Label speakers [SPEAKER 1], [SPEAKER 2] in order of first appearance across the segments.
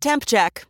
[SPEAKER 1] Temp check.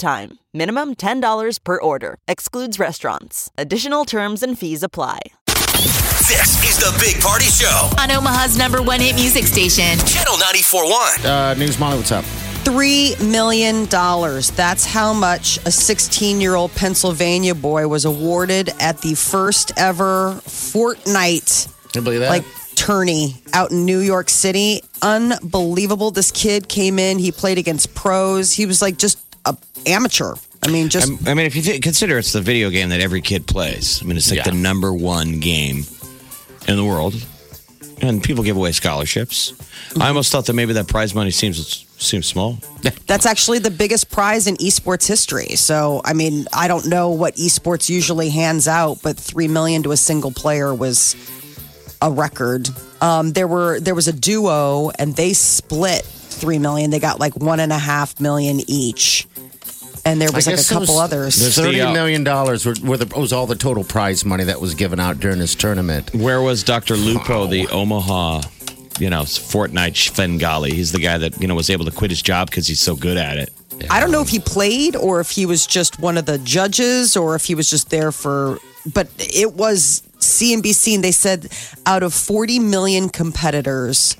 [SPEAKER 1] time. Minimum $10 per order. Excludes restaurants. Additional terms and fees apply.
[SPEAKER 2] This is the Big Party Show,
[SPEAKER 3] on Omaha's number one hit music station.
[SPEAKER 2] Channel 941.
[SPEAKER 4] Uh, News Molly, what's up?
[SPEAKER 5] Three million dollars. That's how much a 16 year old Pennsylvania boy was awarded at the first ever Fortnite
[SPEAKER 4] Can you believe that?
[SPEAKER 5] like tourney out in New York City. Unbelievable. This kid came in, he played against pros. He was like just a amateur. I mean, just
[SPEAKER 6] I mean, if you th- consider it's the video game that every kid plays, I mean, it's like the number one game in the world, and people give away scholarships. I almost thought that maybe that prize money seems seems small.
[SPEAKER 5] that's actually the biggest prize in esports history. So, I mean, I don't know what esports usually hands out, but 3 million to a single player was a record. Um, there were there was a duo and they split 3 million. They got like one and a half million each. And there was like a
[SPEAKER 4] guess
[SPEAKER 5] couple
[SPEAKER 4] those-
[SPEAKER 5] others.
[SPEAKER 6] there's-
[SPEAKER 4] Thirty
[SPEAKER 6] The, uh,
[SPEAKER 4] million dollars were, were the, was all the total prize money that was given out during this tournament.
[SPEAKER 6] Where was Doctor Lupo, the Omaha, you know, Fortnite Svengali? He's the guy that you know was able to quit his job because he's so good at it.
[SPEAKER 5] I don't know if he played or if he was just one of the judges or if he was just there for, but it was CNBC and they said out of 40 million competitors,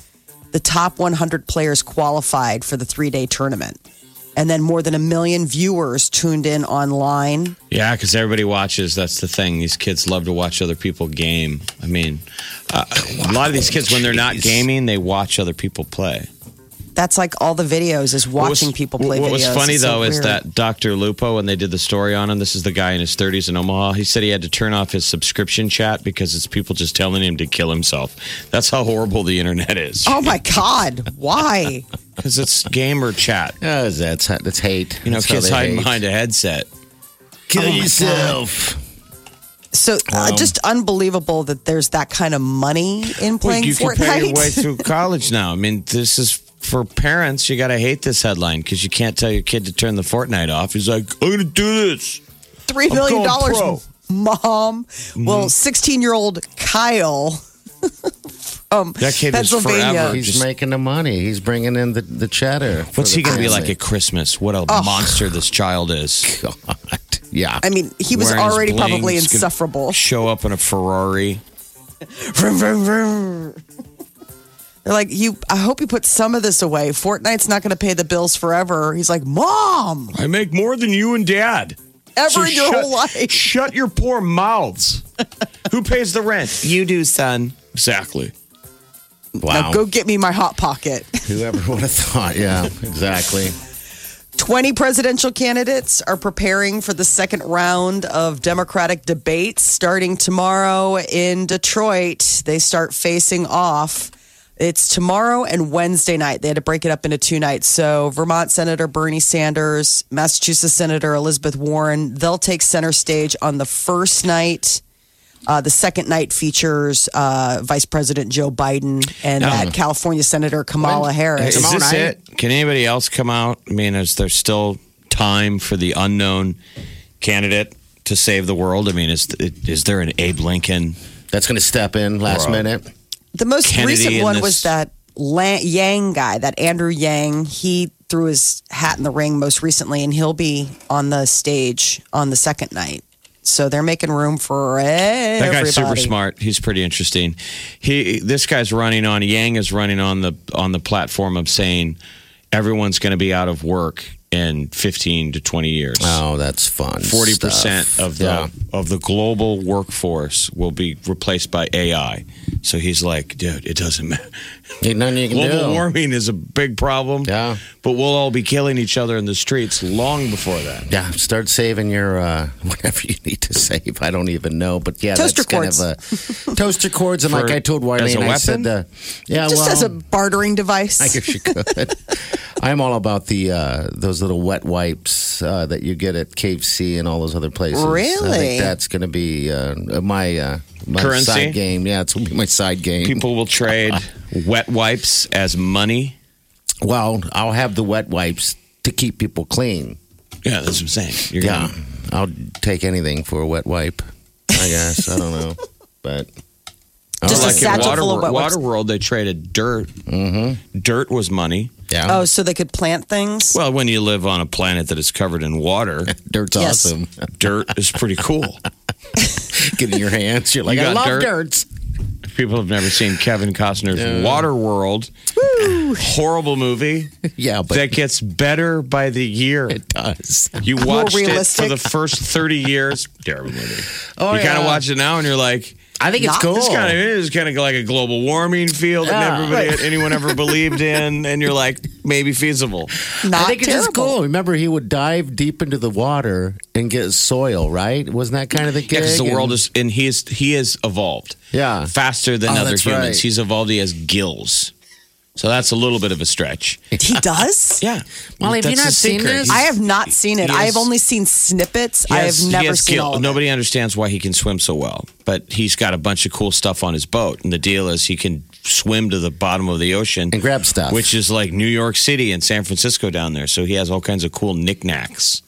[SPEAKER 5] the top 100 players qualified for the three day tournament. And then more than a million viewers tuned in online.
[SPEAKER 6] Yeah, because everybody watches. That's the thing. These kids love to watch other people game. I mean, uh, a lot of these kids, when they're not
[SPEAKER 2] Jeez.
[SPEAKER 6] gaming, they watch other people play.
[SPEAKER 5] That's like all the videos is
[SPEAKER 6] What was-
[SPEAKER 5] watching people play
[SPEAKER 6] What
[SPEAKER 5] videos.
[SPEAKER 6] was funny,
[SPEAKER 5] It's so
[SPEAKER 6] though, is
[SPEAKER 5] weird.
[SPEAKER 6] that Dr. Lupo, when they did the story on him, this is the guy in his 30s in Omaha, he said he had to turn off his subscription chat because it's people just telling him to kill himself. That's how horrible the internet is.
[SPEAKER 5] Oh my God. Why?
[SPEAKER 6] Because it's gamer chat.
[SPEAKER 4] Uh, that's that's hate.
[SPEAKER 6] You know,
[SPEAKER 4] That's how
[SPEAKER 6] kids
[SPEAKER 4] they
[SPEAKER 6] hiding
[SPEAKER 4] hate.
[SPEAKER 6] behind a headset.
[SPEAKER 4] Kill yourself.
[SPEAKER 5] So
[SPEAKER 6] Um,
[SPEAKER 5] uh, just unbelievable that there's that kind of money in playing
[SPEAKER 6] you
[SPEAKER 5] Fortnite.
[SPEAKER 6] can pay your way through college now. I mean, this is for parents. You got to hate this headline because you can't tell your kid to turn the Fortnite off. He's like, I'm going to do this.
[SPEAKER 5] three million
[SPEAKER 6] going
[SPEAKER 5] dollars,
[SPEAKER 6] pro. Mm-hmm.
[SPEAKER 5] mom. Well, sixteen-year-old Kyle. um,
[SPEAKER 6] That kid is forever.
[SPEAKER 4] He's
[SPEAKER 6] Just-
[SPEAKER 4] making the money. He's bringing in the, the cheddar. for
[SPEAKER 6] What's
[SPEAKER 4] the
[SPEAKER 6] he going to be like
[SPEAKER 4] family.
[SPEAKER 6] at Christmas? What a monster this child is.
[SPEAKER 4] God. Yeah.
[SPEAKER 5] I mean, he was
[SPEAKER 6] wearing his
[SPEAKER 5] already
[SPEAKER 6] bling,
[SPEAKER 5] probably
[SPEAKER 6] just gonna
[SPEAKER 5] insufferable.
[SPEAKER 6] Show up in a Ferrari.
[SPEAKER 5] Vroom, vroom, vroom. They're like, you. I hope you put some of this away. Fortnite's not going to pay the bills forever. He's like, mom,
[SPEAKER 6] I make more than you and dad.
[SPEAKER 5] ever
[SPEAKER 6] So
[SPEAKER 5] in your
[SPEAKER 6] shut,
[SPEAKER 5] whole life.
[SPEAKER 6] Shut your poor mouths. Who pays the rent? You do, son. Exactly.
[SPEAKER 4] wow.
[SPEAKER 5] Now go get me my hot pocket.
[SPEAKER 4] Whoever would have thought? Yeah, exactly.
[SPEAKER 5] 20 presidential candidates are preparing for the second round of Democratic debates starting tomorrow in Detroit. They start facing off. It's tomorrow and Wednesday night. They had to break it up into two nights. So, Vermont Senator Bernie Sanders, Massachusetts Senator Elizabeth Warren, they'll take center stage on the first night. Uh, the second night features uh, Vice President Joe Biden and that California Senator Kamala Harris.
[SPEAKER 6] Is
[SPEAKER 4] Tomorrow
[SPEAKER 6] this
[SPEAKER 4] night?
[SPEAKER 6] it? Can anybody else come out? I mean, is there still time for the unknown candidate to save the world? I mean, is is there an Abe Lincoln?
[SPEAKER 4] That's going to step in last
[SPEAKER 6] Bro.
[SPEAKER 4] minute.
[SPEAKER 5] The most
[SPEAKER 6] Kennedy
[SPEAKER 5] recent
[SPEAKER 6] in
[SPEAKER 5] one
[SPEAKER 6] this-
[SPEAKER 5] was that La- Yang guy, that Andrew Yang. He threw his hat in the ring most recently, and he'll be on the stage on the second night. So they're making room for everybody.
[SPEAKER 6] That guy's super smart. He's pretty interesting. He this guy's running on Yang is running on the on the platform of saying everyone's going to be out of work in 15 to 20 years.
[SPEAKER 4] Oh, that's fun.
[SPEAKER 6] 40%
[SPEAKER 4] stuff.
[SPEAKER 6] of the
[SPEAKER 4] Yeah.
[SPEAKER 6] of the global workforce will be replaced by AI. So he's like, dude, it doesn't matter.
[SPEAKER 4] Ain't nothing you can
[SPEAKER 6] Global
[SPEAKER 4] do.
[SPEAKER 6] warming is a big problem.
[SPEAKER 4] Yeah.
[SPEAKER 6] But we'll all be killing each other in the streets long before that.
[SPEAKER 4] Yeah, start saving your uh, whatever you need to save. I don't even know, but yeah,
[SPEAKER 5] Toaster
[SPEAKER 4] that's Kind of a, toaster cords, and
[SPEAKER 6] For-
[SPEAKER 4] like I told Wiley,
[SPEAKER 6] as a
[SPEAKER 4] I said, uh, yeah,
[SPEAKER 5] Just
[SPEAKER 4] well,
[SPEAKER 5] as a bartering device.
[SPEAKER 4] I guess you could. I'm all about the uh, those little wet wipes uh, that you get at KFC and all those other places. I
[SPEAKER 5] Really?
[SPEAKER 4] think that's going to be uh, my uh, my
[SPEAKER 6] Currency?
[SPEAKER 4] side game. Yeah, it's going to be my side game.
[SPEAKER 6] People will trade wet wipes as money.
[SPEAKER 4] Well, I'll have the wet wipes to keep people clean.
[SPEAKER 6] Yeah, that's what I'm saying. You're
[SPEAKER 4] Yeah,
[SPEAKER 6] gonna-
[SPEAKER 4] I'll take anything for a wet wipe. I guess I don't know, but
[SPEAKER 5] Just
[SPEAKER 6] like
[SPEAKER 5] a
[SPEAKER 6] in
[SPEAKER 5] satchel
[SPEAKER 6] Water,
[SPEAKER 5] full of wet wipes.
[SPEAKER 6] Water World, they traded dirt. Mm-hmm. Dirt was money.
[SPEAKER 4] yeah,
[SPEAKER 5] Oh, so they could plant things?
[SPEAKER 6] Well, when you live on a planet that is covered in water,
[SPEAKER 4] dirt's
[SPEAKER 5] Yes.
[SPEAKER 4] awesome.
[SPEAKER 6] dirt is pretty cool.
[SPEAKER 4] Get in your hands. You're like,
[SPEAKER 6] You
[SPEAKER 4] I
[SPEAKER 6] got
[SPEAKER 4] love
[SPEAKER 6] dirt?
[SPEAKER 4] dirts.
[SPEAKER 6] People have never seen Kevin Costner's Water World. Horrible movie
[SPEAKER 4] Yeah, but
[SPEAKER 6] that gets better by the year.
[SPEAKER 4] it does.
[SPEAKER 6] You watched it for
[SPEAKER 5] realistic.
[SPEAKER 6] the first 30 years. Terrible movie.
[SPEAKER 4] Oh,
[SPEAKER 6] you kind
[SPEAKER 4] yeah.
[SPEAKER 6] of watch it now and you're like,
[SPEAKER 4] I think it's
[SPEAKER 5] Not
[SPEAKER 4] cool.
[SPEAKER 6] This kind of it is kind of like a global warming field
[SPEAKER 4] Yeah.
[SPEAKER 6] that everybody, anyone ever believed in, and you're like, maybe feasible.
[SPEAKER 5] Not
[SPEAKER 4] I think it's just
[SPEAKER 5] terrible.
[SPEAKER 4] cool. Remember, he would dive deep into the water and get soil. Right? Wasn't that kind of the
[SPEAKER 6] Yeah,
[SPEAKER 4] gig?
[SPEAKER 6] because the world
[SPEAKER 4] And-
[SPEAKER 6] is, and he is he is evolved.
[SPEAKER 4] Yeah.
[SPEAKER 6] faster than
[SPEAKER 4] Oh,
[SPEAKER 6] other
[SPEAKER 4] that's
[SPEAKER 6] humans.
[SPEAKER 4] right.
[SPEAKER 6] He's evolved. He has gills, so that's a little bit of a stretch.
[SPEAKER 5] He does?
[SPEAKER 6] Yeah,
[SPEAKER 4] Molly, have you
[SPEAKER 6] That's
[SPEAKER 4] not
[SPEAKER 6] the
[SPEAKER 4] seen
[SPEAKER 6] secret.
[SPEAKER 4] this?
[SPEAKER 6] He's-
[SPEAKER 5] I have not seen it.
[SPEAKER 6] He
[SPEAKER 5] I
[SPEAKER 6] is-
[SPEAKER 5] have only seen snippets.
[SPEAKER 6] he
[SPEAKER 5] I
[SPEAKER 6] has-
[SPEAKER 5] have
[SPEAKER 6] he
[SPEAKER 5] never
[SPEAKER 6] has
[SPEAKER 5] seen
[SPEAKER 6] gill-
[SPEAKER 5] all of it.
[SPEAKER 6] Nobody understands why he can swim so well, but he's got a bunch of cool stuff on his boat, and the deal is he can swim to the bottom of the ocean
[SPEAKER 4] And grab stuff.
[SPEAKER 6] which is like New York City and San Francisco down there. So he has all kinds of cool knickknacks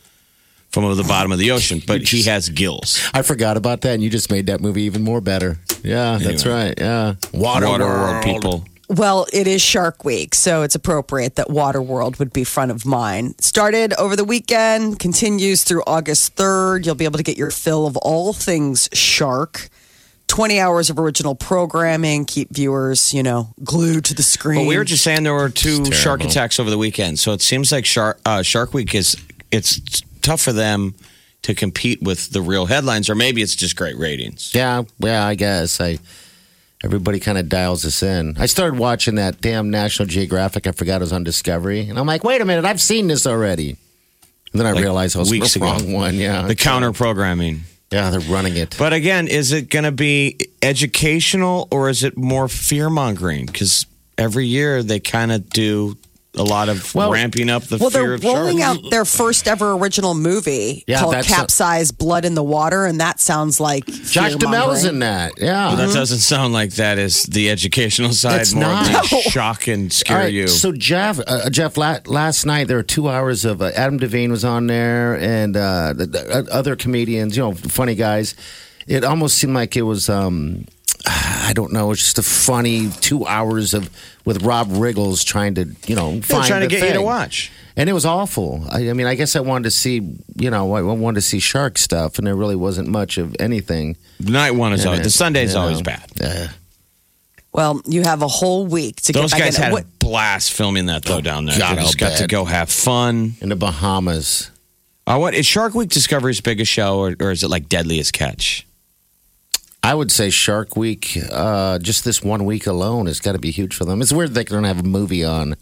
[SPEAKER 6] from the bottom of the ocean, but he has gills.
[SPEAKER 4] I forgot about that, and you just made that movie even more better. Yeah, that's right. Yeah, water,
[SPEAKER 6] Water world people.
[SPEAKER 5] Well, it is Shark Week, so it's appropriate that Waterworld would be front of mind. Started over the weekend, continues through August 3rd. You'll be able to get your fill of all things shark. 20 hours of original programming, keep viewers, you know, glued to the screen.
[SPEAKER 6] But we were just saying there were two shark attacks over the weekend, so it seems like Shark uh, Shark Week is it's tough for them to compete with the real headlines, or maybe it's just great ratings.
[SPEAKER 4] Yeah, yeah, I guess I. Everybody kind of dials us in. I started watching that damn National Geographic. I forgot it was on Discovery, and I'm like, wait a minute, I've seen this already. And then I
[SPEAKER 6] Like
[SPEAKER 4] realized I was
[SPEAKER 6] weeks
[SPEAKER 4] weeks
[SPEAKER 6] ago.
[SPEAKER 4] wrong one. Yeah,
[SPEAKER 6] The counter programming.
[SPEAKER 4] yeah, they're running it.
[SPEAKER 6] But again, is it going to be educational or is it more fear mongering? Because every year they kind of do a lot of
[SPEAKER 4] Well-
[SPEAKER 6] ramping up the
[SPEAKER 5] well,
[SPEAKER 6] fear
[SPEAKER 5] they're
[SPEAKER 6] of
[SPEAKER 5] rolling
[SPEAKER 6] sharks.
[SPEAKER 5] out their first ever original movie
[SPEAKER 4] Yeah,
[SPEAKER 5] called
[SPEAKER 4] that's a-
[SPEAKER 5] Capsize Blood in the Water, and that sounds like
[SPEAKER 4] Josh DeMel's in that. Yeah,
[SPEAKER 6] That doesn't sound like that is the educational side.
[SPEAKER 4] It's
[SPEAKER 6] more of
[SPEAKER 4] not.
[SPEAKER 6] the shock and
[SPEAKER 4] All
[SPEAKER 6] scare
[SPEAKER 4] right,
[SPEAKER 6] you.
[SPEAKER 4] So Jeff, uh, Jeff, la- last night there were two hours of uh, Adam Devine was on there and uh, the, the, uh, other comedians, you know, funny guys. It almost seemed like it was, um, I don't know, it's just a funny two hours of with Rob Riggles trying to, you know,
[SPEAKER 6] they're
[SPEAKER 4] find
[SPEAKER 6] trying to
[SPEAKER 4] the
[SPEAKER 6] get you to
[SPEAKER 4] thing.
[SPEAKER 6] watch.
[SPEAKER 4] And it was awful. I, I mean, I guess I wanted to see, you know, I I wanted to see shark stuff, and there really wasn't much of anything.
[SPEAKER 6] Night one is always the Sunday's
[SPEAKER 4] You know,
[SPEAKER 6] always bad.
[SPEAKER 4] uh,
[SPEAKER 5] Well, you have a whole week to get
[SPEAKER 6] Those
[SPEAKER 5] back
[SPEAKER 6] guys
[SPEAKER 5] in.
[SPEAKER 6] had
[SPEAKER 5] What-
[SPEAKER 6] a blast filming that though down there.
[SPEAKER 4] God,
[SPEAKER 6] they just
[SPEAKER 4] I'll
[SPEAKER 6] got to
[SPEAKER 4] bet.
[SPEAKER 6] go have fun.
[SPEAKER 4] in the Bahamas.
[SPEAKER 6] Uh, what is Shark Week Discovery's biggest show, or, or is it like Deadliest Catch?
[SPEAKER 4] I would say Shark Week, uh, just this one week alone, has got to be huge for them. It's weird they don't have a movie on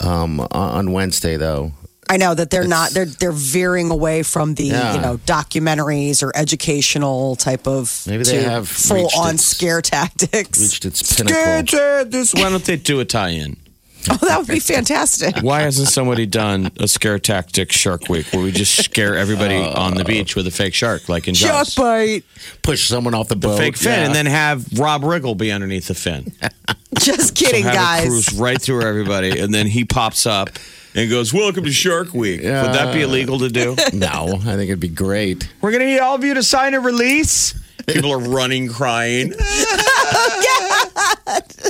[SPEAKER 4] um, on Wednesday, though.
[SPEAKER 5] I know that they're not they're they're veering away from the
[SPEAKER 4] Yeah.
[SPEAKER 5] you know documentaries or educational type of
[SPEAKER 4] Maybe they
[SPEAKER 5] to
[SPEAKER 4] have
[SPEAKER 5] full
[SPEAKER 4] reached
[SPEAKER 5] on
[SPEAKER 4] its-
[SPEAKER 5] scare tactics.
[SPEAKER 4] Reached its pinnacle.
[SPEAKER 6] this. Why don't they do a tie-in?
[SPEAKER 5] Oh, that would be fantastic.
[SPEAKER 6] Why hasn't somebody done a scare tactic Shark Week where we just scare everybody on the beach with a fake shark, like in
[SPEAKER 5] Shark
[SPEAKER 6] Jaws?
[SPEAKER 5] bite,
[SPEAKER 4] Push someone off the,
[SPEAKER 6] The
[SPEAKER 4] boat.
[SPEAKER 6] fake fin,
[SPEAKER 4] yeah.
[SPEAKER 6] and then have Rob Riggle be underneath the fin.
[SPEAKER 5] just kidding,
[SPEAKER 6] have it
[SPEAKER 5] guys.
[SPEAKER 6] cruise right through everybody, and then he pops up and goes, "Welcome to Shark Week." Would that be illegal to do?
[SPEAKER 4] no, I think it'd be great.
[SPEAKER 6] We're gonna need all of you to sign a release. People are running, crying.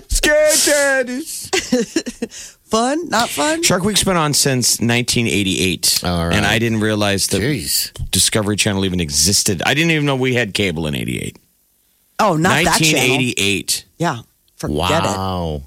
[SPEAKER 6] Scared daddies.
[SPEAKER 5] Fun, not fun.
[SPEAKER 6] Shark Week's been on since 1988,
[SPEAKER 4] All right.
[SPEAKER 6] and I didn't realize that
[SPEAKER 4] Jeez,
[SPEAKER 6] Discovery Channel even existed. I didn't even know we had cable in '88.
[SPEAKER 5] Oh, not that channel.
[SPEAKER 6] 1988.
[SPEAKER 5] Yeah, forget it.
[SPEAKER 4] wow.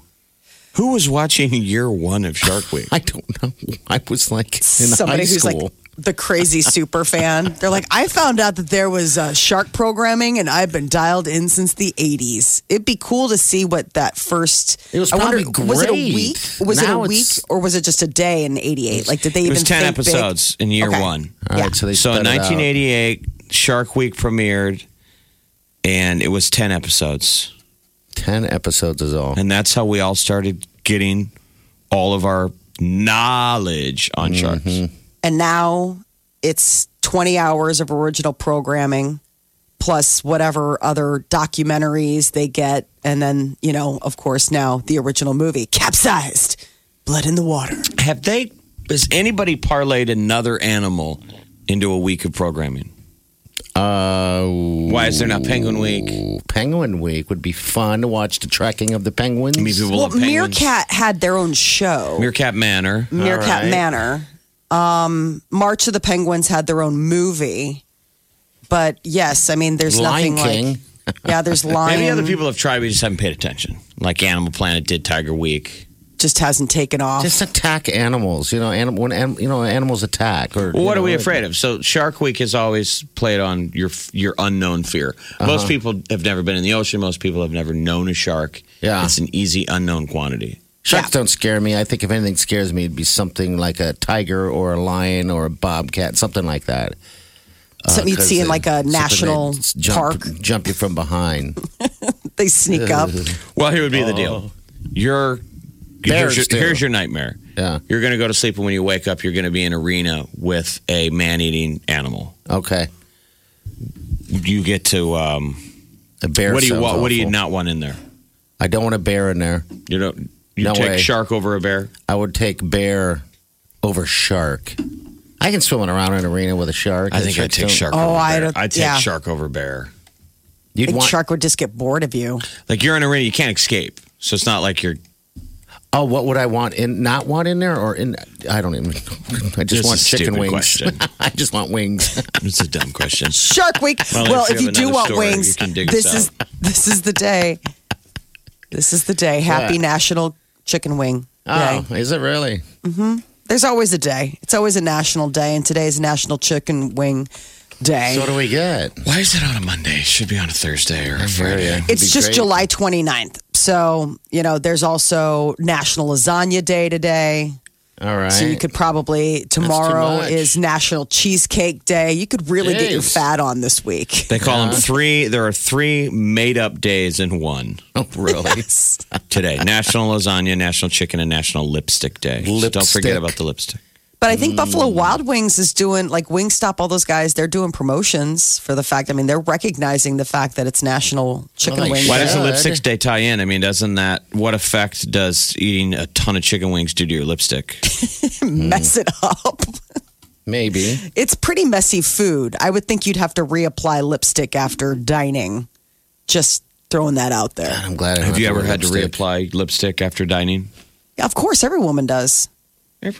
[SPEAKER 6] Who was watching year one of Shark Week?
[SPEAKER 4] I don't know. I was like in
[SPEAKER 5] Somebody
[SPEAKER 4] high
[SPEAKER 5] who's
[SPEAKER 4] school.
[SPEAKER 5] like the crazy super fan. They're like, I found out that there was uh, shark programming, and I've been dialed in since the '80s. It'd be cool to see what that first.
[SPEAKER 4] It was
[SPEAKER 5] I wonder,
[SPEAKER 4] probably
[SPEAKER 5] Was it a
[SPEAKER 4] great.
[SPEAKER 5] week? Was
[SPEAKER 4] Now
[SPEAKER 5] it a week,
[SPEAKER 4] it's-
[SPEAKER 5] or was it just a day in '88? Like, did they even
[SPEAKER 6] it was 10
[SPEAKER 5] think big?
[SPEAKER 6] episodes in year
[SPEAKER 5] Okay.
[SPEAKER 6] one.
[SPEAKER 4] All right,
[SPEAKER 5] yeah.
[SPEAKER 4] so Uh, they
[SPEAKER 6] So
[SPEAKER 4] sped
[SPEAKER 6] in
[SPEAKER 4] it out.
[SPEAKER 6] 1988, Shark Week premiered, and it was 10 episodes.
[SPEAKER 4] ten episodes is all.
[SPEAKER 6] And that's how we all started getting all of our knowledge on sharks.
[SPEAKER 5] and now it's 20 hours of original programming plus whatever other documentaries they get and then you know of course now the original movie capsized blood in the water
[SPEAKER 6] Have they? Has anybody parlayed another animal into a week of programming?
[SPEAKER 4] Uh,
[SPEAKER 6] Why is there not Penguin Week? I
[SPEAKER 4] Penguin Week would be fun to watch the tracking of the penguins.
[SPEAKER 6] mean, people
[SPEAKER 5] well
[SPEAKER 6] love penguins.
[SPEAKER 5] meerkat had their own show
[SPEAKER 6] Meerkat Manor.
[SPEAKER 5] meerkat
[SPEAKER 4] right.
[SPEAKER 5] manor um, march of the penguins had their own movie but yes i mean there's
[SPEAKER 4] Lion
[SPEAKER 5] nothing like
[SPEAKER 4] King.
[SPEAKER 5] yeah there's lion
[SPEAKER 6] Maybe other people have tried, we just haven't paid attention. Like Animal Planet did Tiger Week.
[SPEAKER 5] just hasn't taken off
[SPEAKER 4] Just attack animals, you know. Anim- when anim- you know animals attack, or
[SPEAKER 6] Well,
[SPEAKER 4] you
[SPEAKER 6] what are
[SPEAKER 4] know,
[SPEAKER 6] we afraid of? So Shark Week is always played on your your unknown fear. Most people have never been in the ocean. Most people have never known a shark.
[SPEAKER 4] Yeah.
[SPEAKER 6] it's an easy unknown quantity.
[SPEAKER 4] Sharks don't scare me. I think if anything scares me, it'd be something like a tiger or a lion or a bobcat, something like that.
[SPEAKER 6] uh,
[SPEAKER 4] Uh,
[SPEAKER 5] something you'd see in like a national
[SPEAKER 4] jump,
[SPEAKER 5] park
[SPEAKER 4] Jump you from behind.
[SPEAKER 5] they sneak up
[SPEAKER 6] Well, here would be the deal. You're
[SPEAKER 4] Bears
[SPEAKER 6] here's your,
[SPEAKER 4] do.
[SPEAKER 6] here's your nightmare.
[SPEAKER 4] Yeah.
[SPEAKER 6] You're going to go to sleep, and when you wake up, you're going to be in an arena with a man-eating animal.
[SPEAKER 4] Okay.
[SPEAKER 6] You get to um,
[SPEAKER 4] A bear.
[SPEAKER 6] what do you
[SPEAKER 4] sounds
[SPEAKER 6] want? What do you
[SPEAKER 4] awful.
[SPEAKER 6] not want in there?
[SPEAKER 4] I don't want a bear in there.
[SPEAKER 6] You don't. You
[SPEAKER 4] No
[SPEAKER 6] take
[SPEAKER 4] way.
[SPEAKER 6] shark over a bear.
[SPEAKER 4] I would take bear over shark. I can swim around in an arena with a shark.
[SPEAKER 6] I think
[SPEAKER 4] That
[SPEAKER 6] I'd take
[SPEAKER 4] don't-
[SPEAKER 6] shark.
[SPEAKER 5] Oh,
[SPEAKER 6] over
[SPEAKER 5] I
[SPEAKER 6] bear.
[SPEAKER 5] don't-
[SPEAKER 6] I'd take
[SPEAKER 5] yeah.
[SPEAKER 6] shark over bear.
[SPEAKER 4] You'd
[SPEAKER 5] I think
[SPEAKER 4] want
[SPEAKER 5] shark would just get bored of you.
[SPEAKER 6] Like you're in an arena, you can't escape. So it's not like you're
[SPEAKER 4] Oh, what would I want in? Not want in there or in? I don't even. I just
[SPEAKER 6] This
[SPEAKER 4] want
[SPEAKER 6] is a
[SPEAKER 4] chicken
[SPEAKER 6] stupid
[SPEAKER 4] wings.
[SPEAKER 6] question.
[SPEAKER 4] I just want wings.
[SPEAKER 6] It's a dumb question.
[SPEAKER 5] Shark Week.
[SPEAKER 6] Well,
[SPEAKER 5] Well,
[SPEAKER 6] if you
[SPEAKER 5] if you
[SPEAKER 6] have
[SPEAKER 5] do
[SPEAKER 6] another
[SPEAKER 5] want
[SPEAKER 6] story, you
[SPEAKER 5] wings,
[SPEAKER 6] can dig
[SPEAKER 5] this
[SPEAKER 6] us
[SPEAKER 5] is this is the day. This is the day. Happy National Chicken Wing Day.
[SPEAKER 4] Oh, is it really?
[SPEAKER 5] There's always a day. It's always a national day, and today is National Chicken Wing Day.
[SPEAKER 4] So what do we get?
[SPEAKER 6] Why is it on a Monday? It should be on a Thursday or a Friday.
[SPEAKER 5] it's
[SPEAKER 4] be
[SPEAKER 5] just
[SPEAKER 4] great.
[SPEAKER 5] July 29th. So, you know, there's also National Lasagna Day today.
[SPEAKER 4] All right.
[SPEAKER 5] So you could probably tomorrow
[SPEAKER 4] much.
[SPEAKER 5] is National Cheesecake Day. You could really get your
[SPEAKER 4] Jeez.
[SPEAKER 5] fat on this week.
[SPEAKER 6] They call them three. There are three made up days in one
[SPEAKER 4] oh, really?
[SPEAKER 6] today National Lasagna, National Chicken, and National Lipstick Day. So Don't forget
[SPEAKER 4] Lipstick.
[SPEAKER 6] about the lipstick.
[SPEAKER 5] But I think Buffalo
[SPEAKER 4] Mm.
[SPEAKER 5] Wild Wings is doing like Wingstop, all those guys, they're doing promotions for the fact. I mean, they're recognizing the fact that it's National Chicken
[SPEAKER 4] Well, they
[SPEAKER 5] Wing
[SPEAKER 4] should.
[SPEAKER 6] Why does
[SPEAKER 5] Day.
[SPEAKER 6] the
[SPEAKER 4] Yeah,
[SPEAKER 6] lipstick day tie in? I mean, doesn't that, what effect does eating a ton of chicken wings do to your lipstick?
[SPEAKER 4] Mm.
[SPEAKER 5] Mess it up.
[SPEAKER 4] Maybe.
[SPEAKER 5] It's pretty messy food. I would think you'd have to reapply lipstick after dining. Just throwing that out there.
[SPEAKER 4] I'm glad. I don't
[SPEAKER 6] Have you ever
[SPEAKER 4] wear
[SPEAKER 6] had to
[SPEAKER 4] lipstick.
[SPEAKER 6] reapply lipstick after dining?
[SPEAKER 5] Of course, every woman does.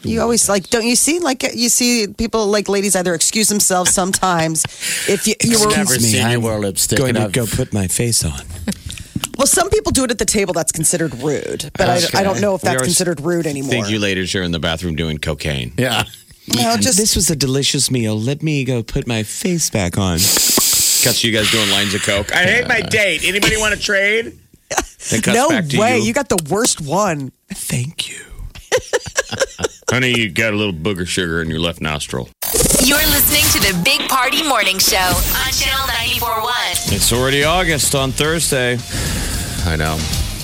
[SPEAKER 5] You always like, don't you see? Like, you see people, like ladies, either excuse themselves sometimes. If you, you were,
[SPEAKER 4] Never seen you wear lipstick. and I've-
[SPEAKER 6] put my face on.
[SPEAKER 5] well, some people do it at the table. That's considered rude, but I, I don't know if
[SPEAKER 6] We
[SPEAKER 5] that's
[SPEAKER 6] always
[SPEAKER 5] considered rude anymore.
[SPEAKER 6] Think you ladies are in the bathroom doing cocaine.
[SPEAKER 4] Yeah.
[SPEAKER 5] No, just
[SPEAKER 6] this was a delicious meal. Let me go put my face back on. Cuts you guys doing lines of coke. I hate my date. Anybody want to trade? Then cuts
[SPEAKER 5] no
[SPEAKER 6] back to
[SPEAKER 5] way. You.
[SPEAKER 6] You.
[SPEAKER 5] got the worst one.
[SPEAKER 6] Thank you. Honey, you got a little booger sugar in your left nostril.
[SPEAKER 3] You're listening to the Big Party Morning Show on Channel 94.1.
[SPEAKER 6] It's already August on Thursday.
[SPEAKER 4] I know.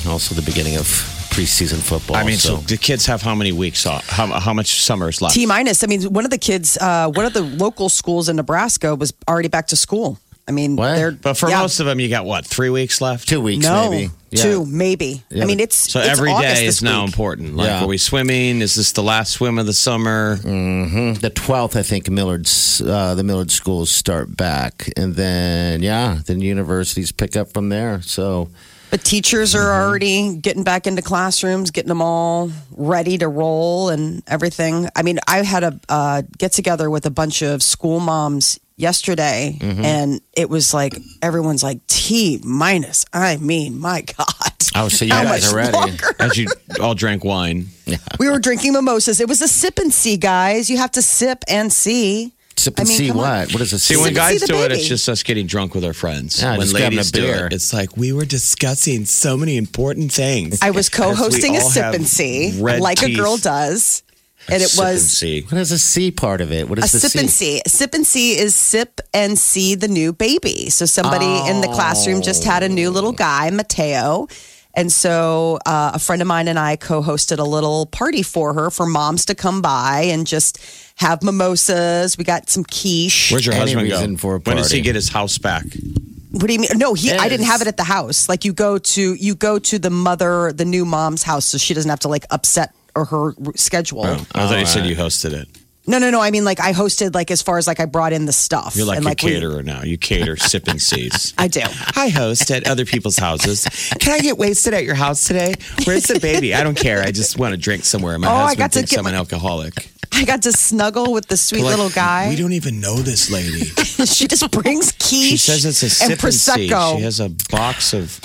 [SPEAKER 4] Also, the beginning of preseason football.
[SPEAKER 6] I mean, so, the kids have how many weeks off? How, how much summer is left?
[SPEAKER 5] T minus. I mean, one of the kids, uh, one of the local schools in Nebraska was already back to school. I mean,
[SPEAKER 4] What?
[SPEAKER 5] they're
[SPEAKER 6] but for
[SPEAKER 5] yeah.
[SPEAKER 6] most of them, you got what? Three weeks left?
[SPEAKER 4] two weeks
[SPEAKER 5] no
[SPEAKER 4] maybe. Yeah.
[SPEAKER 5] two maybe. I mean, it's
[SPEAKER 6] So
[SPEAKER 5] it's
[SPEAKER 6] every day
[SPEAKER 5] August
[SPEAKER 6] is
[SPEAKER 5] this
[SPEAKER 6] now
[SPEAKER 5] week.
[SPEAKER 6] important. Like,
[SPEAKER 4] Yeah.
[SPEAKER 6] are we swimming? Is this the last swim of the summer?
[SPEAKER 5] Mm.
[SPEAKER 4] Mm, The twelfth, I think Millard's uh, the Millard schools start back, and then yeah, then universities pick up from there. So
[SPEAKER 5] But teachers are
[SPEAKER 4] Mm-hmm.
[SPEAKER 5] already getting back into classrooms, getting them all ready to roll and everything. I mean, I had a uh, get together with a bunch of school moms yesterday,
[SPEAKER 4] Mm-hmm.
[SPEAKER 5] and it was like everyone's like T minus. I mean, my God.
[SPEAKER 4] oh, so you
[SPEAKER 5] How
[SPEAKER 4] guys
[SPEAKER 5] much
[SPEAKER 4] are ready.
[SPEAKER 5] longer?
[SPEAKER 6] As you all drank wine.
[SPEAKER 5] We were drinking mimosas. It was a sip and see, guys. You have to sip and see.
[SPEAKER 4] Sip and
[SPEAKER 5] I mean,
[SPEAKER 4] see
[SPEAKER 5] come
[SPEAKER 4] what?
[SPEAKER 5] on.
[SPEAKER 4] What is it?
[SPEAKER 6] See, when
[SPEAKER 5] Sit and
[SPEAKER 6] guys
[SPEAKER 5] see the
[SPEAKER 6] do it, it's
[SPEAKER 5] baby.
[SPEAKER 6] just us getting drunk with our friends.
[SPEAKER 4] Yeah,
[SPEAKER 6] when
[SPEAKER 4] just grabbing
[SPEAKER 6] ladies
[SPEAKER 4] a
[SPEAKER 6] do
[SPEAKER 4] beer.
[SPEAKER 6] it, it's like we were discussing so many important things.
[SPEAKER 5] I was co-hosting a
[SPEAKER 6] all
[SPEAKER 5] sip
[SPEAKER 6] have
[SPEAKER 5] and see,
[SPEAKER 6] red
[SPEAKER 5] like a
[SPEAKER 6] teeth.
[SPEAKER 5] girl does, and it
[SPEAKER 6] Sip and
[SPEAKER 5] was
[SPEAKER 6] see.
[SPEAKER 4] what is the C part of it? What
[SPEAKER 5] a
[SPEAKER 4] is the
[SPEAKER 5] sip and see. Sip and see is sip and
[SPEAKER 6] Oh.
[SPEAKER 5] see the new baby. So somebody in the classroom just had a new little guy, Mateo, And so uh, a friend of mine and I co hosted a little party for her for moms to come by and just have mimosas. We got some quiche.
[SPEAKER 6] Where's your
[SPEAKER 4] Any
[SPEAKER 6] husband
[SPEAKER 4] reason
[SPEAKER 6] go?
[SPEAKER 4] for a
[SPEAKER 6] when does he
[SPEAKER 4] party.
[SPEAKER 6] get his house back?
[SPEAKER 5] What do you mean? No, he. I didn't
[SPEAKER 4] Yes.
[SPEAKER 5] have it at the house. Like you go to you go to the mother, the new mom's house, so she doesn't have to like upset or her r- schedule.
[SPEAKER 6] I thought you
[SPEAKER 5] uh,
[SPEAKER 6] said you hosted it.
[SPEAKER 5] No, no, no. I mean, like I hosted, like as far as like I brought in the stuff.
[SPEAKER 6] You're like
[SPEAKER 5] and,
[SPEAKER 6] a
[SPEAKER 5] we-
[SPEAKER 6] caterer now. You cater sipping seas.
[SPEAKER 5] I do.
[SPEAKER 6] I host at other people's houses. Can I get wasted at your house today? Where's the baby? I don't care. I just want to drink somewhere. My
[SPEAKER 5] Oh, I
[SPEAKER 6] husband
[SPEAKER 5] got to
[SPEAKER 6] thinks
[SPEAKER 5] get
[SPEAKER 6] I'm
[SPEAKER 5] my-
[SPEAKER 6] an alcoholic.
[SPEAKER 5] I got to snuggle with the sweet
[SPEAKER 6] Like,
[SPEAKER 5] little guy.
[SPEAKER 6] We don't even know this lady.
[SPEAKER 5] she just brings quiche.
[SPEAKER 6] She says it's a
[SPEAKER 5] and
[SPEAKER 6] sip and see.
[SPEAKER 5] prosecco.
[SPEAKER 6] She has a box of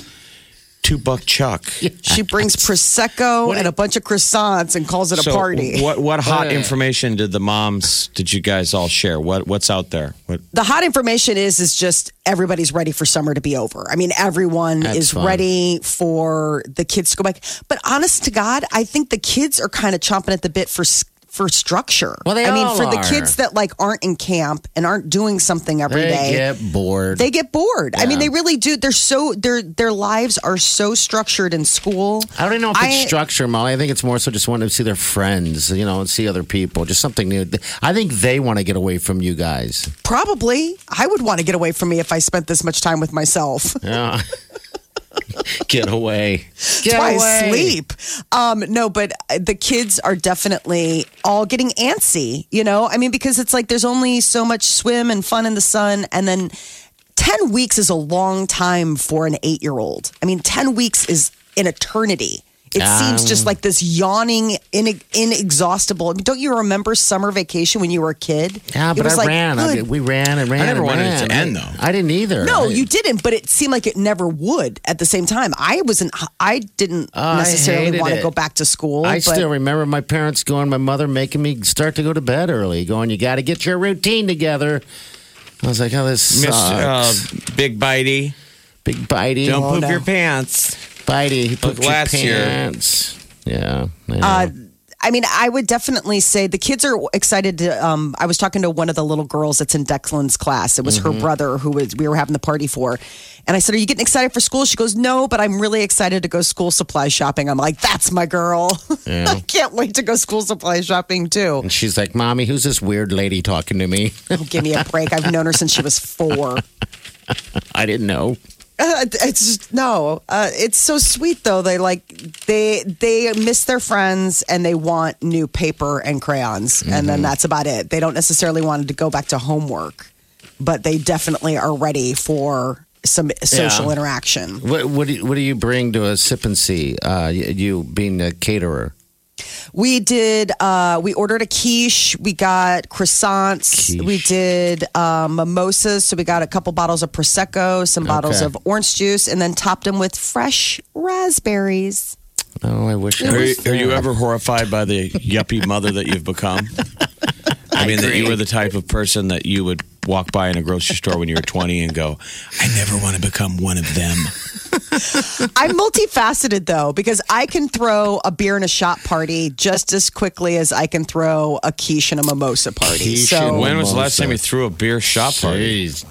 [SPEAKER 6] two buck chuck.
[SPEAKER 5] She brings prosecco and a bunch of croissants and calls it a
[SPEAKER 6] So
[SPEAKER 5] party.
[SPEAKER 6] What what hot information did the moms did you guys all share? What what's out there? What
[SPEAKER 5] the hot information is is just everybody's ready for summer to be over. I mean, everyone is
[SPEAKER 4] fun.
[SPEAKER 5] ready for the kids to go back. But honest to God, I think the kids are kind of chomping at the bit for s- for structure.
[SPEAKER 4] Well, they
[SPEAKER 5] I mean,
[SPEAKER 4] all
[SPEAKER 5] for the
[SPEAKER 4] are.
[SPEAKER 5] kids that like aren't in camp and aren't doing something every
[SPEAKER 4] They
[SPEAKER 5] day.
[SPEAKER 4] get bored.
[SPEAKER 5] They get bored. I mean, they really do. They're so their their lives are so structured in school.
[SPEAKER 4] I don't even know if it's
[SPEAKER 5] I-
[SPEAKER 4] structure, Molly. I think it's more so just wanting to see their friends, you know, and see other people, just something new. I think they want to get away from you guys.
[SPEAKER 5] Probably, I would want to get away from me if I spent this much time with myself.
[SPEAKER 4] Yeah. get away. Get
[SPEAKER 5] That's why I
[SPEAKER 4] away.
[SPEAKER 5] sleep. Um, no, but uh, the kids are definitely all getting antsy, you know? I mean, because it's like there's only so much swim and fun in the sun. And then 10 weeks is a long time for an eight year old. I mean, 10 weeks is an eternity. It seems just like this yawning, in, inexhaustible. I mean, don't you remember summer vacation when you were a kid?
[SPEAKER 4] Yeah,
[SPEAKER 5] It
[SPEAKER 4] but I
[SPEAKER 5] was like,
[SPEAKER 4] ran. I
[SPEAKER 5] good
[SPEAKER 4] mean, we ran and ran.
[SPEAKER 6] never
[SPEAKER 4] and
[SPEAKER 6] wanted it
[SPEAKER 4] ran.
[SPEAKER 6] to end, though.
[SPEAKER 4] I, I didn't either.
[SPEAKER 5] No,
[SPEAKER 4] I-
[SPEAKER 5] you didn't, but it seemed like it never would at the same time. I wasn't I didn't
[SPEAKER 4] I
[SPEAKER 5] necessarily
[SPEAKER 4] hated
[SPEAKER 5] want to
[SPEAKER 4] it.
[SPEAKER 5] go back to school.
[SPEAKER 4] I
[SPEAKER 5] but
[SPEAKER 4] still remember my parents going, my mother making me start to go to bed early, going, "You got to get your routine together." I was like, "Oh, this
[SPEAKER 6] Miss uh,
[SPEAKER 4] sucks."
[SPEAKER 6] Big Bitey?
[SPEAKER 4] Big bitey,
[SPEAKER 6] Don't poop
[SPEAKER 5] no.
[SPEAKER 6] your pants.
[SPEAKER 4] bitey, he
[SPEAKER 6] Look
[SPEAKER 4] pooped your
[SPEAKER 6] last year.
[SPEAKER 4] pants. Yeah. I know.
[SPEAKER 5] uh, I mean, I would definitely say the kids are excited to. Um, I was talking to one of the little girls that's in Declan's class. It was
[SPEAKER 4] Mm-hmm.
[SPEAKER 5] her brother who was we were having the party for, and I said, "Are you getting excited for school?" She goes, "No, but I'm really excited to go school supply shopping." I'm like, "That's my girl! I can't wait to go school supply shopping too."
[SPEAKER 4] and she's like, "Mommy, who's this weird lady talking to me?"
[SPEAKER 5] Oh, give me a break! I've known her since she was four.
[SPEAKER 4] I didn't know.
[SPEAKER 5] Uh, it's just, no. Uh, it's so sweet though. They like they they miss their friends and they want new paper and crayons, and
[SPEAKER 4] Mm-hmm.
[SPEAKER 5] then that's about it. They don't necessarily want to go back to homework, but they definitely are ready for some social
[SPEAKER 4] Yeah.
[SPEAKER 5] interaction.
[SPEAKER 4] What what do you, what do you bring to a sip and see? Uh, y- you being a caterer.
[SPEAKER 5] We did. Uh, we ordered a quiche. We got croissants.
[SPEAKER 4] Quiche.
[SPEAKER 5] We did uh, mimosas. So we got a couple bottles of prosecco, some bottles
[SPEAKER 4] Okay.
[SPEAKER 5] of orange juice, and then topped them with fresh raspberries.
[SPEAKER 4] Oh, I wish. I
[SPEAKER 6] Are you,
[SPEAKER 4] was
[SPEAKER 6] are you
[SPEAKER 4] there.
[SPEAKER 6] ever horrified by the yuppie mother that you've become? I mean, that you were the type of person that you would walk by in a grocery store when you were 20 and go, I never want to become one of them.
[SPEAKER 5] I'm multifaceted though because I can throw a beer and a shot party just as quickly as I can throw a quiche and a mimosa party.
[SPEAKER 4] Quiche
[SPEAKER 5] so
[SPEAKER 4] and-
[SPEAKER 6] When was the last
[SPEAKER 4] Mimosa.
[SPEAKER 6] time you threw a beer shop party?
[SPEAKER 4] Jeez.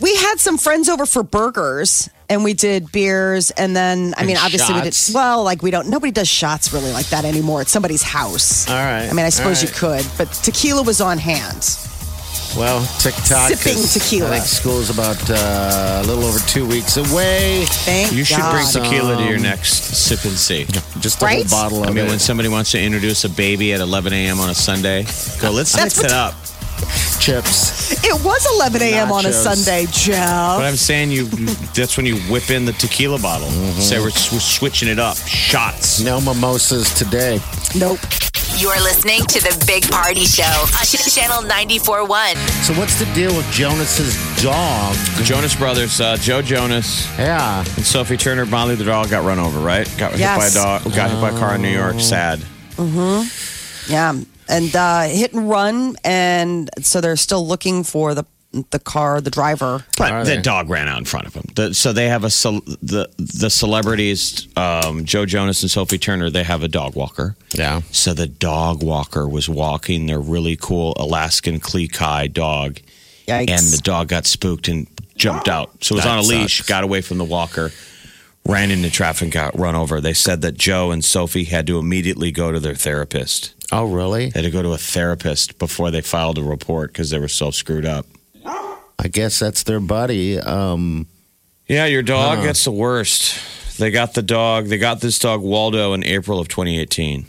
[SPEAKER 5] we had some friends over for burgers and we did beers and then I mean
[SPEAKER 4] And
[SPEAKER 5] obviously we
[SPEAKER 4] shots.
[SPEAKER 5] did well like we don't nobody does shots really like that anymore at somebody's house.
[SPEAKER 4] All right,
[SPEAKER 5] I mean I suppose
[SPEAKER 4] all
[SPEAKER 5] you could, but tequila was on hand.
[SPEAKER 4] Well, TikTok.
[SPEAKER 5] Sipping
[SPEAKER 4] is-
[SPEAKER 5] tequila.
[SPEAKER 4] I think school's about uh, a little over two weeks away.
[SPEAKER 5] Thank
[SPEAKER 6] You should bring
[SPEAKER 5] God.
[SPEAKER 6] tequila to your next sip and see.
[SPEAKER 4] Just a
[SPEAKER 5] Right?
[SPEAKER 4] whole bottle of
[SPEAKER 6] I mean,
[SPEAKER 4] it.
[SPEAKER 6] when somebody wants to introduce a baby at 11 a.m. on a Sunday, go, let's mix it up.
[SPEAKER 4] chips.
[SPEAKER 5] It was 11 a.m. on a
[SPEAKER 4] Nachos.
[SPEAKER 5] Sunday, Jeff.
[SPEAKER 6] But I'm saying you, that's when you whip in the tequila bottle. Say we're, s- we're switching it up. Shots.
[SPEAKER 4] No mimosas today.
[SPEAKER 5] Nope.
[SPEAKER 3] You're listening to the Big Party Show on Ch- Channel 94.1.
[SPEAKER 4] So what's the deal with Jonas's dog?
[SPEAKER 6] Jonas Brothers, uh, Joe Jonas
[SPEAKER 4] Yeah.
[SPEAKER 6] and Sophie Turner, Molly the dog got run over, right? Got
[SPEAKER 5] Yes.
[SPEAKER 6] hit by a dog, got hit by a car in New York. Sad.
[SPEAKER 5] Yeah, and uh, hit and run, and so they're still looking for the the car, the driver.
[SPEAKER 6] But the
[SPEAKER 4] they?
[SPEAKER 6] dog ran out in front of him. The, so they have a cel- the the celebrities, um, Joe Jonas and Sophie Turner. They have a dog walker.
[SPEAKER 4] Yeah.
[SPEAKER 6] So the dog walker was walking their really cool Alaskan Klee dog,
[SPEAKER 5] Yikes.
[SPEAKER 6] and the dog got spooked and jumped out. So it was
[SPEAKER 4] That
[SPEAKER 6] on a leash,
[SPEAKER 4] sucks.
[SPEAKER 6] got away from the walker, ran into traffic and got run over. They said that Joe and Sophie had to immediately go to their therapist.
[SPEAKER 4] Oh, really?
[SPEAKER 6] They had to go to a therapist before they filed a report because they were so screwed up.
[SPEAKER 4] I guess that's their buddy. Um,
[SPEAKER 6] Yeah, your dog gets the worst. They got the dog. They got this dog Waldo in April of 2018.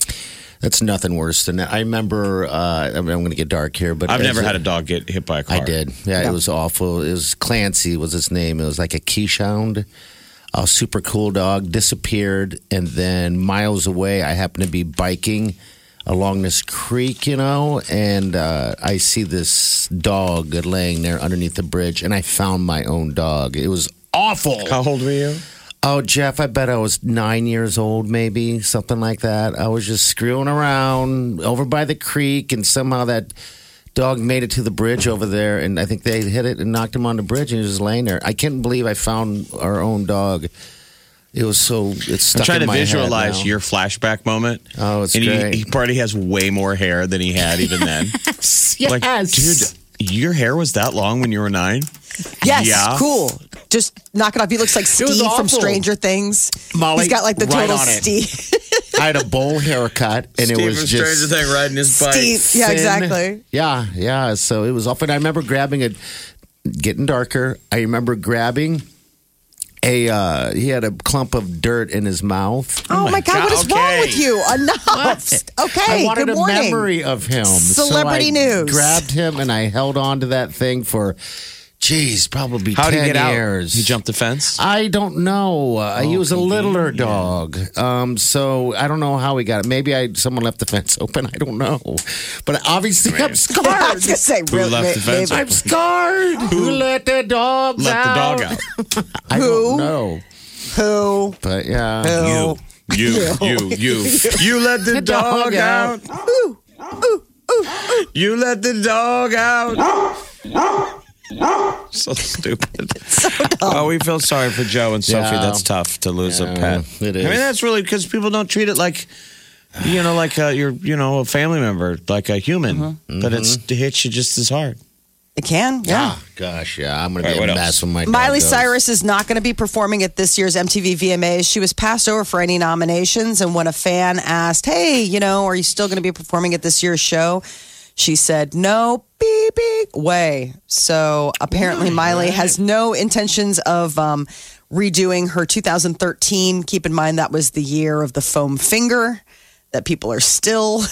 [SPEAKER 4] that's nothing worse than that. I remember. Uh, I mean, I'm going to get dark here, but
[SPEAKER 6] I've
[SPEAKER 4] as
[SPEAKER 6] never had a dog get hit by a car.
[SPEAKER 4] I did. Yeah, it was awful. It was Clancy was his name. It was like a Keyshound, a super cool dog. Disappeared, and then miles away, I happened to be biking along this creek, you know, and uh, I see this dog laying there underneath the bridge, and I found my own dog. It was awful.
[SPEAKER 6] How old were you?
[SPEAKER 4] Oh, Jeff, I bet I was nine years old, maybe something like that. I was just screwing around over by the creek, and somehow that dog made it to the bridge over there, and I think they hit it and knocked him on the bridge, and he was just laying there. I can't believe I found our own dog. It was so it's
[SPEAKER 6] I'm
[SPEAKER 4] stuck
[SPEAKER 6] trying
[SPEAKER 4] in
[SPEAKER 6] to
[SPEAKER 4] my head
[SPEAKER 6] visualize
[SPEAKER 4] now.
[SPEAKER 6] your flashback moment.
[SPEAKER 4] Oh, it's
[SPEAKER 6] and
[SPEAKER 4] great.
[SPEAKER 6] He, he probably has way more hair than he had even then.
[SPEAKER 4] yes.
[SPEAKER 6] Like, dude, your hair was that long when you were nine?
[SPEAKER 5] Yes,
[SPEAKER 6] Yeah.
[SPEAKER 5] cool. Just knock it off. He looks like
[SPEAKER 4] was
[SPEAKER 5] Steve from
[SPEAKER 4] awful.
[SPEAKER 5] Stranger Things.
[SPEAKER 4] Molly,
[SPEAKER 5] He's got like the
[SPEAKER 4] right
[SPEAKER 5] total
[SPEAKER 4] on it.
[SPEAKER 5] Steve.
[SPEAKER 4] I had a bowl haircut, and it was just
[SPEAKER 6] Thing riding his bike.
[SPEAKER 5] Steve. Yeah,
[SPEAKER 4] thin.
[SPEAKER 5] exactly.
[SPEAKER 4] Yeah, yeah. So it was often. I remember grabbing a, getting darker. I remember grabbing a. Uh, he had a clump of dirt in his mouth.
[SPEAKER 5] Oh, my God, what is wrong
[SPEAKER 6] okay.
[SPEAKER 5] with you? Enough.
[SPEAKER 4] I
[SPEAKER 5] Okay,
[SPEAKER 4] wanted
[SPEAKER 5] good
[SPEAKER 4] a
[SPEAKER 5] morning.
[SPEAKER 4] memory of him. So
[SPEAKER 5] Celebrity
[SPEAKER 4] I
[SPEAKER 5] news.
[SPEAKER 4] Grabbed him and I held on to that thing for, geez, probably
[SPEAKER 6] How'd he
[SPEAKER 4] ten
[SPEAKER 6] get out?
[SPEAKER 4] years. Uh,
[SPEAKER 6] He jumped the fence?
[SPEAKER 4] I don't know. Uh, he was a littler dog, um, so I don't know how he got it. Maybe I someone left the fence open. I don't know, but obviously I'm
[SPEAKER 5] I
[SPEAKER 4] scarred.
[SPEAKER 5] was gonna say,
[SPEAKER 6] Who
[SPEAKER 5] really,
[SPEAKER 6] left the fence
[SPEAKER 5] maybe-
[SPEAKER 4] I'm scarred. Who let the dogs
[SPEAKER 6] Let the
[SPEAKER 4] out?
[SPEAKER 6] dog out.
[SPEAKER 4] I don't know,
[SPEAKER 5] who?
[SPEAKER 4] but yeah.
[SPEAKER 5] Who?
[SPEAKER 6] You, you, you, Oh. you let the, dog,
[SPEAKER 4] dog
[SPEAKER 6] out. You let the dog out. so stupid. Oh, we feel sorry for Joe and Sophie.
[SPEAKER 4] Yeah.
[SPEAKER 6] That's tough to lose a
[SPEAKER 4] Yeah,
[SPEAKER 6] pet.
[SPEAKER 4] it
[SPEAKER 6] I mean,
[SPEAKER 4] is.
[SPEAKER 6] that's really because people don't treat it like. You know, like uh, you're, you know, a family member, like a human, but it's it hits you just as hard.
[SPEAKER 5] It can, yeah.
[SPEAKER 4] Ah, gosh, yeah. I'm gonna
[SPEAKER 6] All
[SPEAKER 4] be
[SPEAKER 6] right,
[SPEAKER 4] a
[SPEAKER 6] what
[SPEAKER 4] mess
[SPEAKER 6] else?
[SPEAKER 4] when my dog
[SPEAKER 5] Miley
[SPEAKER 4] goes.
[SPEAKER 5] Cyrus is not going to be performing at this year's MTV VMAs. She was passed over for any nominations, and when a fan asked, "Hey, you know, are you still going to be performing at this year's show?" she said, "No, beep beep way." So apparently, Miley has no intentions of um, redoing her 2013. Keep in mind that was the year of the foam finger. That people are still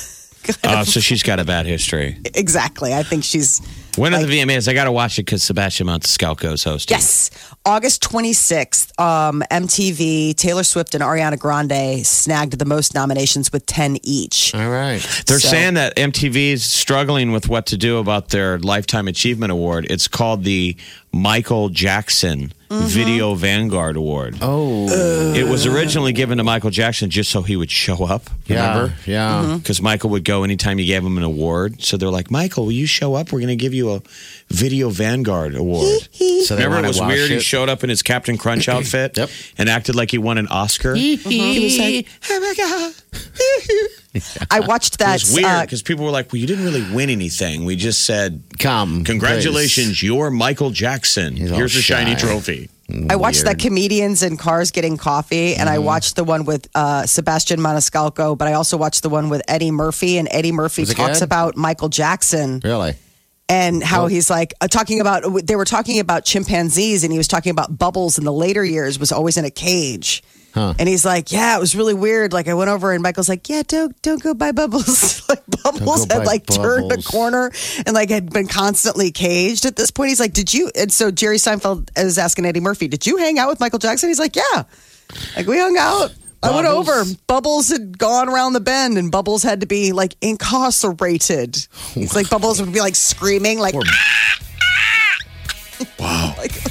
[SPEAKER 6] Uh, so she's got a bad history.
[SPEAKER 5] exactly. I think she's
[SPEAKER 6] When are the VMAs? I got to watch it because Sebastian Maniscalco's hosting.
[SPEAKER 5] Yes. August 26th, um, MTV, Taylor Swift, and Ariana Grande snagged the most nominations with 10 each.
[SPEAKER 4] All right.
[SPEAKER 6] They're
[SPEAKER 5] So-
[SPEAKER 6] saying that MTV's struggling with what to do about their Lifetime Achievement Award. It's called the Michael Jackson Video Vanguard Award.
[SPEAKER 4] Mm-hmm. Oh,
[SPEAKER 6] It was originally given to Michael Jackson just so he would show up.
[SPEAKER 4] yeah, yeah.
[SPEAKER 6] Because Michael would go anytime you gave him an award. So they're like, Michael, will you show up? We're going to give you a Video Vanguard Award.
[SPEAKER 4] So they
[SPEAKER 6] Remember, it
[SPEAKER 4] wanna
[SPEAKER 6] was
[SPEAKER 4] wash
[SPEAKER 6] weird. He
[SPEAKER 4] it?
[SPEAKER 6] showed up in his Captain Crunch outfit
[SPEAKER 4] Yep.
[SPEAKER 6] and acted like he won an Oscar. he was like, oh my God.
[SPEAKER 5] I watched that.
[SPEAKER 6] It was weird
[SPEAKER 5] uh,
[SPEAKER 6] because people were like, well, you didn't really win anything. We just said,
[SPEAKER 4] Come,
[SPEAKER 6] Congratulations, you're Michael Jackson.
[SPEAKER 4] all
[SPEAKER 6] Here's a shiny
[SPEAKER 4] shy.
[SPEAKER 6] trophy.
[SPEAKER 5] I watched that comedians in cars getting coffee, and I watched the one with uh, Sebastian Maniscalco, but I also watched the one with Eddie Murphy, and Eddie Murphy
[SPEAKER 4] Was it
[SPEAKER 5] talks
[SPEAKER 4] good?
[SPEAKER 5] about Michael Jackson
[SPEAKER 4] please. Really?
[SPEAKER 5] and how he's like uh, talking about. They were talking about chimpanzees, and he was talking about Bubbles in the later years was always in a cage. And he's like, "Yeah, it was really weird." Like I went over, and Michael's like, "Yeah, don't don't go by Bubbles." like Bubbles
[SPEAKER 4] go
[SPEAKER 5] had
[SPEAKER 4] by
[SPEAKER 5] like turned a
[SPEAKER 4] Bubbles.
[SPEAKER 5] corner and like had been constantly caged at this point. He's like, "Did you?" And so Jerry Seinfeld is asking Eddie Murphy, "Did you hang out with Michael Jackson?" He's like, "Yeah." Like we hung out. I went over.
[SPEAKER 4] Bubbles.
[SPEAKER 5] Bubbles had gone around the bend, and Bubbles had to be like incarcerated. It's like Bubbles would be like screaming, like
[SPEAKER 4] Bubbles.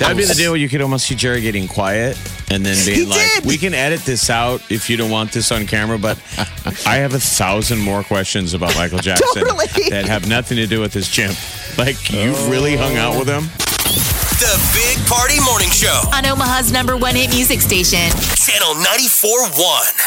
[SPEAKER 6] That'd be the deal. You could almost see Jerry getting quiet and then being
[SPEAKER 5] He
[SPEAKER 6] like,
[SPEAKER 5] did.
[SPEAKER 6] we can edit this out if you don't want this on camera, but I have a thousand more questions about Michael Jackson
[SPEAKER 5] Totally.
[SPEAKER 6] that have nothing to do with this chimp. Like, you've really hung out with him?
[SPEAKER 2] The Big Party Morning Show.
[SPEAKER 3] On Omaha's number one hit music station.
[SPEAKER 2] Channel 94.1.